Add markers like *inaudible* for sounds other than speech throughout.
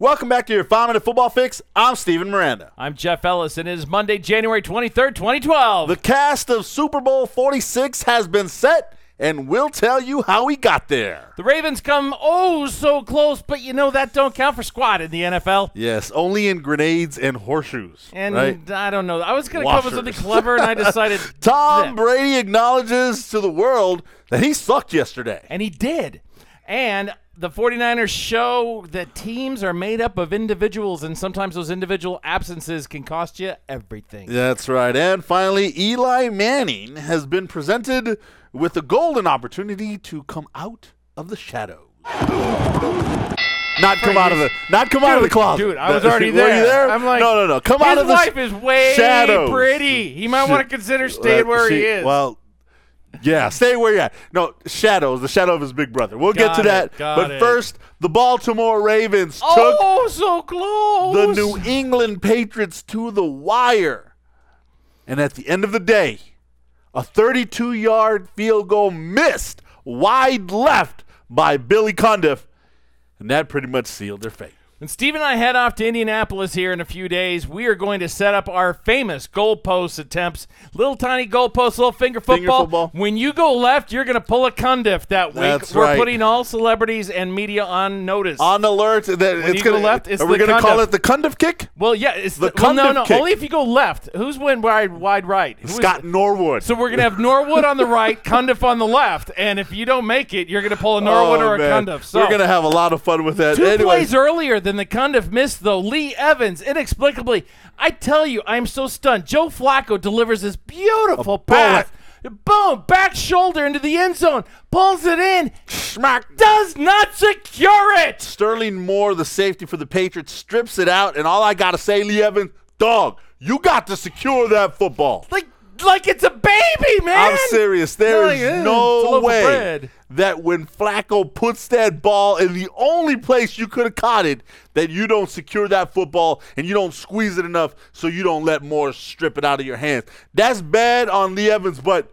Welcome back to your Five Minute Football Fix. I'm Steven Miranda. I'm Jeff Ellis, and it is Monday, January 23rd, 2012. The cast of Super Bowl 46 has been set, and we'll tell you how we got there. the Ravens come oh so close, but you know that don't count for squat in the NFL. Yes, only in grenades and horseshoes. And right? I don't know. I was going to come up with Washers. something clever, and *laughs* I decided. Tom that- Brady acknowledges to the world that he sucked yesterday. And he did. And the 49ers show that teams are made up of individuals, and sometimes those individual absences can cost you everything. That's right. And finally, Eli Manning has been presented with a golden opportunity to come out of the shadows. Not come out of the not come out of the Dude, closet. dude, I was That- *laughs* already were you there. there? I'm like, no, no, no. Come out His of the wife is way shadows. pretty. He might She- want to consider staying Uh, where she- he is. Well, yeah, stay where you're at. No, shadows, the shadow of his big brother. We'll get Got to it, that. got but it. first, the Baltimore Ravens oh, so took close. the New England Patriots to the wire. And at the end of the day, a 32 yard field goal missed wide left by Billy Condiff. And that pretty much sealed their fate. When Steve and I head off to Indianapolis here in a few days, we are going to set up our famous goalpost attempts. Little tiny goalpost, little finger football. football. When you go left, you're going to pull a cundiff that week. That's We're right. putting all celebrities and media on notice. On alert, that it's you go gonna, left, it's are we the gonna call Condiff. it the Condiff kick? well, yeah, it's the the, well, no, Cundiff no, kick. only if you go left. Who's win wide, wide right? Who is- Scott Norwood. So we're going to have Norwood on the right, Cundiff on the left, and if you don't make it, you're going to pull a *laughs* Norwood Oh, or a man. Cundiff. So We're gonna have a lot of fun with that. Two anyway, plays earlier than the Cundiff missed, though. Lee Evans, inexplicably. I tell you, I'm so stunned. Joe Flacco delivers this beautiful pass. Boom, back shoulder into the end zone, pulls it in, smack. does not secure it. Sterling Moore, the safety for the Patriots, strips it out, and all I gotta say, Lee Evans, dog, you got to secure that football. Like, like it's a baby, man. I'm serious. There Like, is eh, it's a no loaf of way bread. that when Flacco puts that ball in the only place you could have caught it, that you don't secure that football and you don't squeeze it enough so you don't let Moore strip it out of your hands. That's bad on Lee Evans, but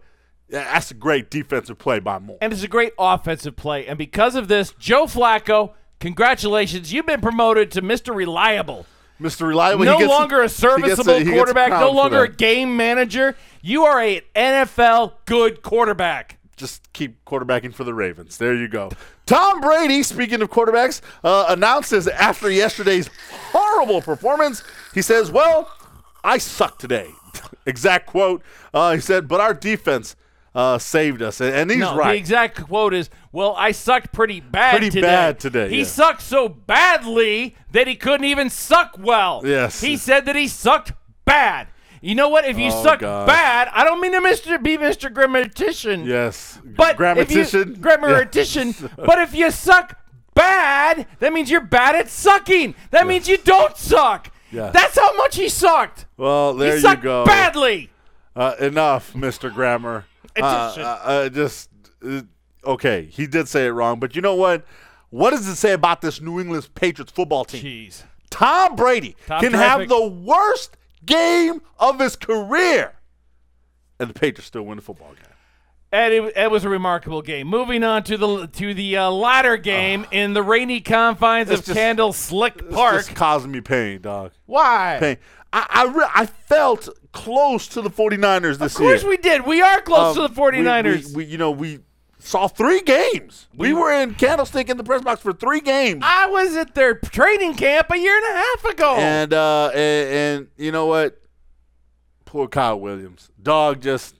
that's a great defensive play by Moore. And it's a great offensive play. And because of this, Joe Flacco, congratulations. You've been promoted to Mr. Reliable. Mr. Reliable. no he gets- longer a he gets a- serviceable he gets a quarterback, crown no for longer a that. game manager. You are a NFL good quarterback. Just keep quarterbacking for the Ravens. There you go. Tom Brady, speaking of quarterbacks, uh, announces after yesterday's horrible performance, he says, Well, I suck today. *laughs* exact quote. Uh, he said, But our defense uh, saved us. And, and he's no, the right. exact quote is, "Well, I sucked pretty bad Pretty today. bad today, He yeah. sucked so badly that he couldn't even suck well. Yes. he said that he sucked bad. You know what? If you Oh, suck gosh. bad, I don't mean to Mr. be Mr. Grammatician. yes. But If you, grammatician. grammatician. *laughs* But if you suck bad, that means you're bad at sucking. That means you don't suck. Yeah. That's how much he sucked. Well, there he you sucked go. badly. Uh, enough, Mr. Grammar. Uh, Addition. uh, uh, just uh, okay. He did say it wrong, but you know what? What does it say about this New England Patriots football team? Jeez. Tom Brady Top can have traffic. the worst game of his career, and the Patriots still win the football game. And it, it was a remarkable game. Moving on to the to the uh, latter game in the rainy confines It's of just- Candle Slick It's Park. just causing me pain, dog. Why? Pain. I I, re- I felt close to the 49ers this Of course year. we did. We are close Um, to the 49ers. We, we, you know, we saw three games. We, were in Candlestick in the press box for three games. I was at their training camp a year and a half ago. and uh and, and you know what poor kyle williams dog just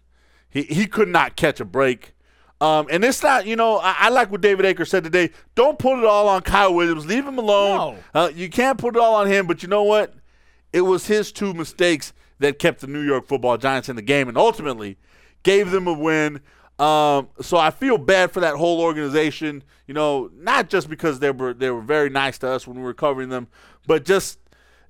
he, he could not catch a break um and it's not you know I, I like what david Aker said today don't put it all on kyle williams leave him alone uh, you can't put it all on him but you know what it was his two mistakes that kept the new york football giants in the game and ultimately gave them a win um, so I feel bad for that whole organization, you know, not just because they were they were very nice to us when we were covering them, but just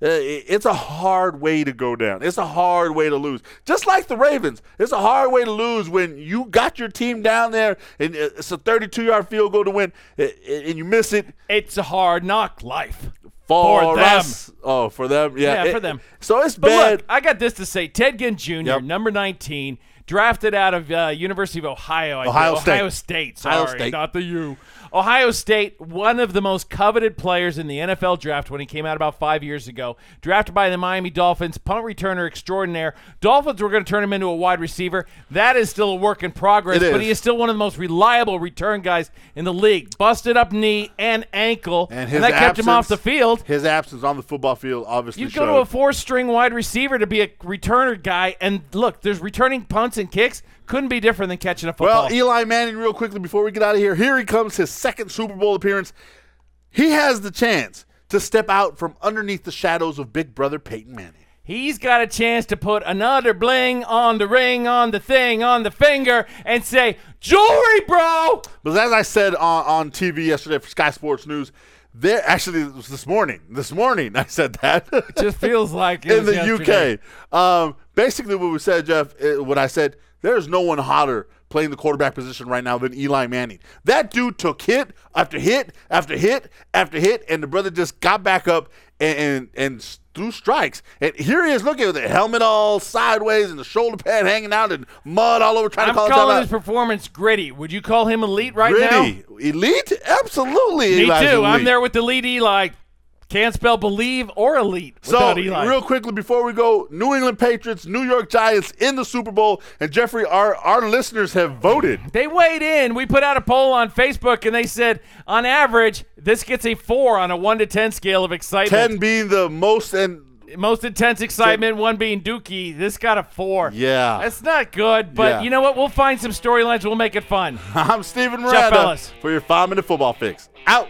uh, it- it's a hard way to go down. It's a hard way to lose. Just like the Ravens, it's a hard way to lose when you got your team down there and uh, it's a 32 yard field goal to win uh, and you miss it. it's a hard knock life. For, For them. us. Oh, for them. Yeah, Yeah, for it- them. So it's But bad. look, I got this to say: Ted Ginn Jr., Yep. number nineteen, drafted out of uh, University of Ohio. I Ohio think. State. Ohio State. Sorry, Ohio State. not the U. Ohio State, one of the most coveted players in the NFL draft when he came out about five years ago. Drafted by the Miami Dolphins, punt returner extraordinaire. Dolphins were going to turn him into a wide receiver. That is still a work in progress, It but is. he is still one of the most reliable return guys in the league. Busted up knee and ankle, And his that kept him off the absence- field. His absence on the football field obviously You go showed. to a four-string wide receiver to be a returner guy, and look, there's returning punts and kicks. Couldn't be different than catching a football. well, Eli Manning, real quickly before we get out of here, here he comes, his second Super Bowl appearance. He has the chance to step out from underneath the shadows of Big Brother Peyton Manning. He's got a chance to put another bling on the ring, on the thing, on the finger, and say, "Jewelry, bro." But as I said on, on TV yesterday for Sky Sports News, there actually it was this morning. This morning *laughs* I said that. Just feels like *laughs* it in was the yesterday. UK. Um, basically, what we said, Jeff, uh, what I said, there's no one hotter playing the quarterback position right now than Eli Manning. That dude took hit after hit after hit after hit, and the brother just got back up and and, and s- threw strikes. And here he is looking with the helmet all sideways and the shoulder pad hanging out and mud all over trying I'm to call a calling timeout. his performance gritty. Would you call him elite right now? Gritty. Elite? Absolutely. Me Eli's too. I'm elite. there with the lead Eli. Can't spell believe or elite So, without Eli. real quickly before we go, New England Patriots, New York Giants in the Super Bowl, and Jeffrey, our our listeners have voted. They weighed in. We put out a poll on Facebook, and they said, on average, this gets a four on a one to ten scale of excitement. Ten being the most, and *laughs* Most intense excitement, one being Dookie. This got a four. yeah, That's not good, but Yeah. you know what? We'll find some storylines. We'll make it fun. I'm Stephen Jeff Miranda Ellis. for your five minute football fix. Out.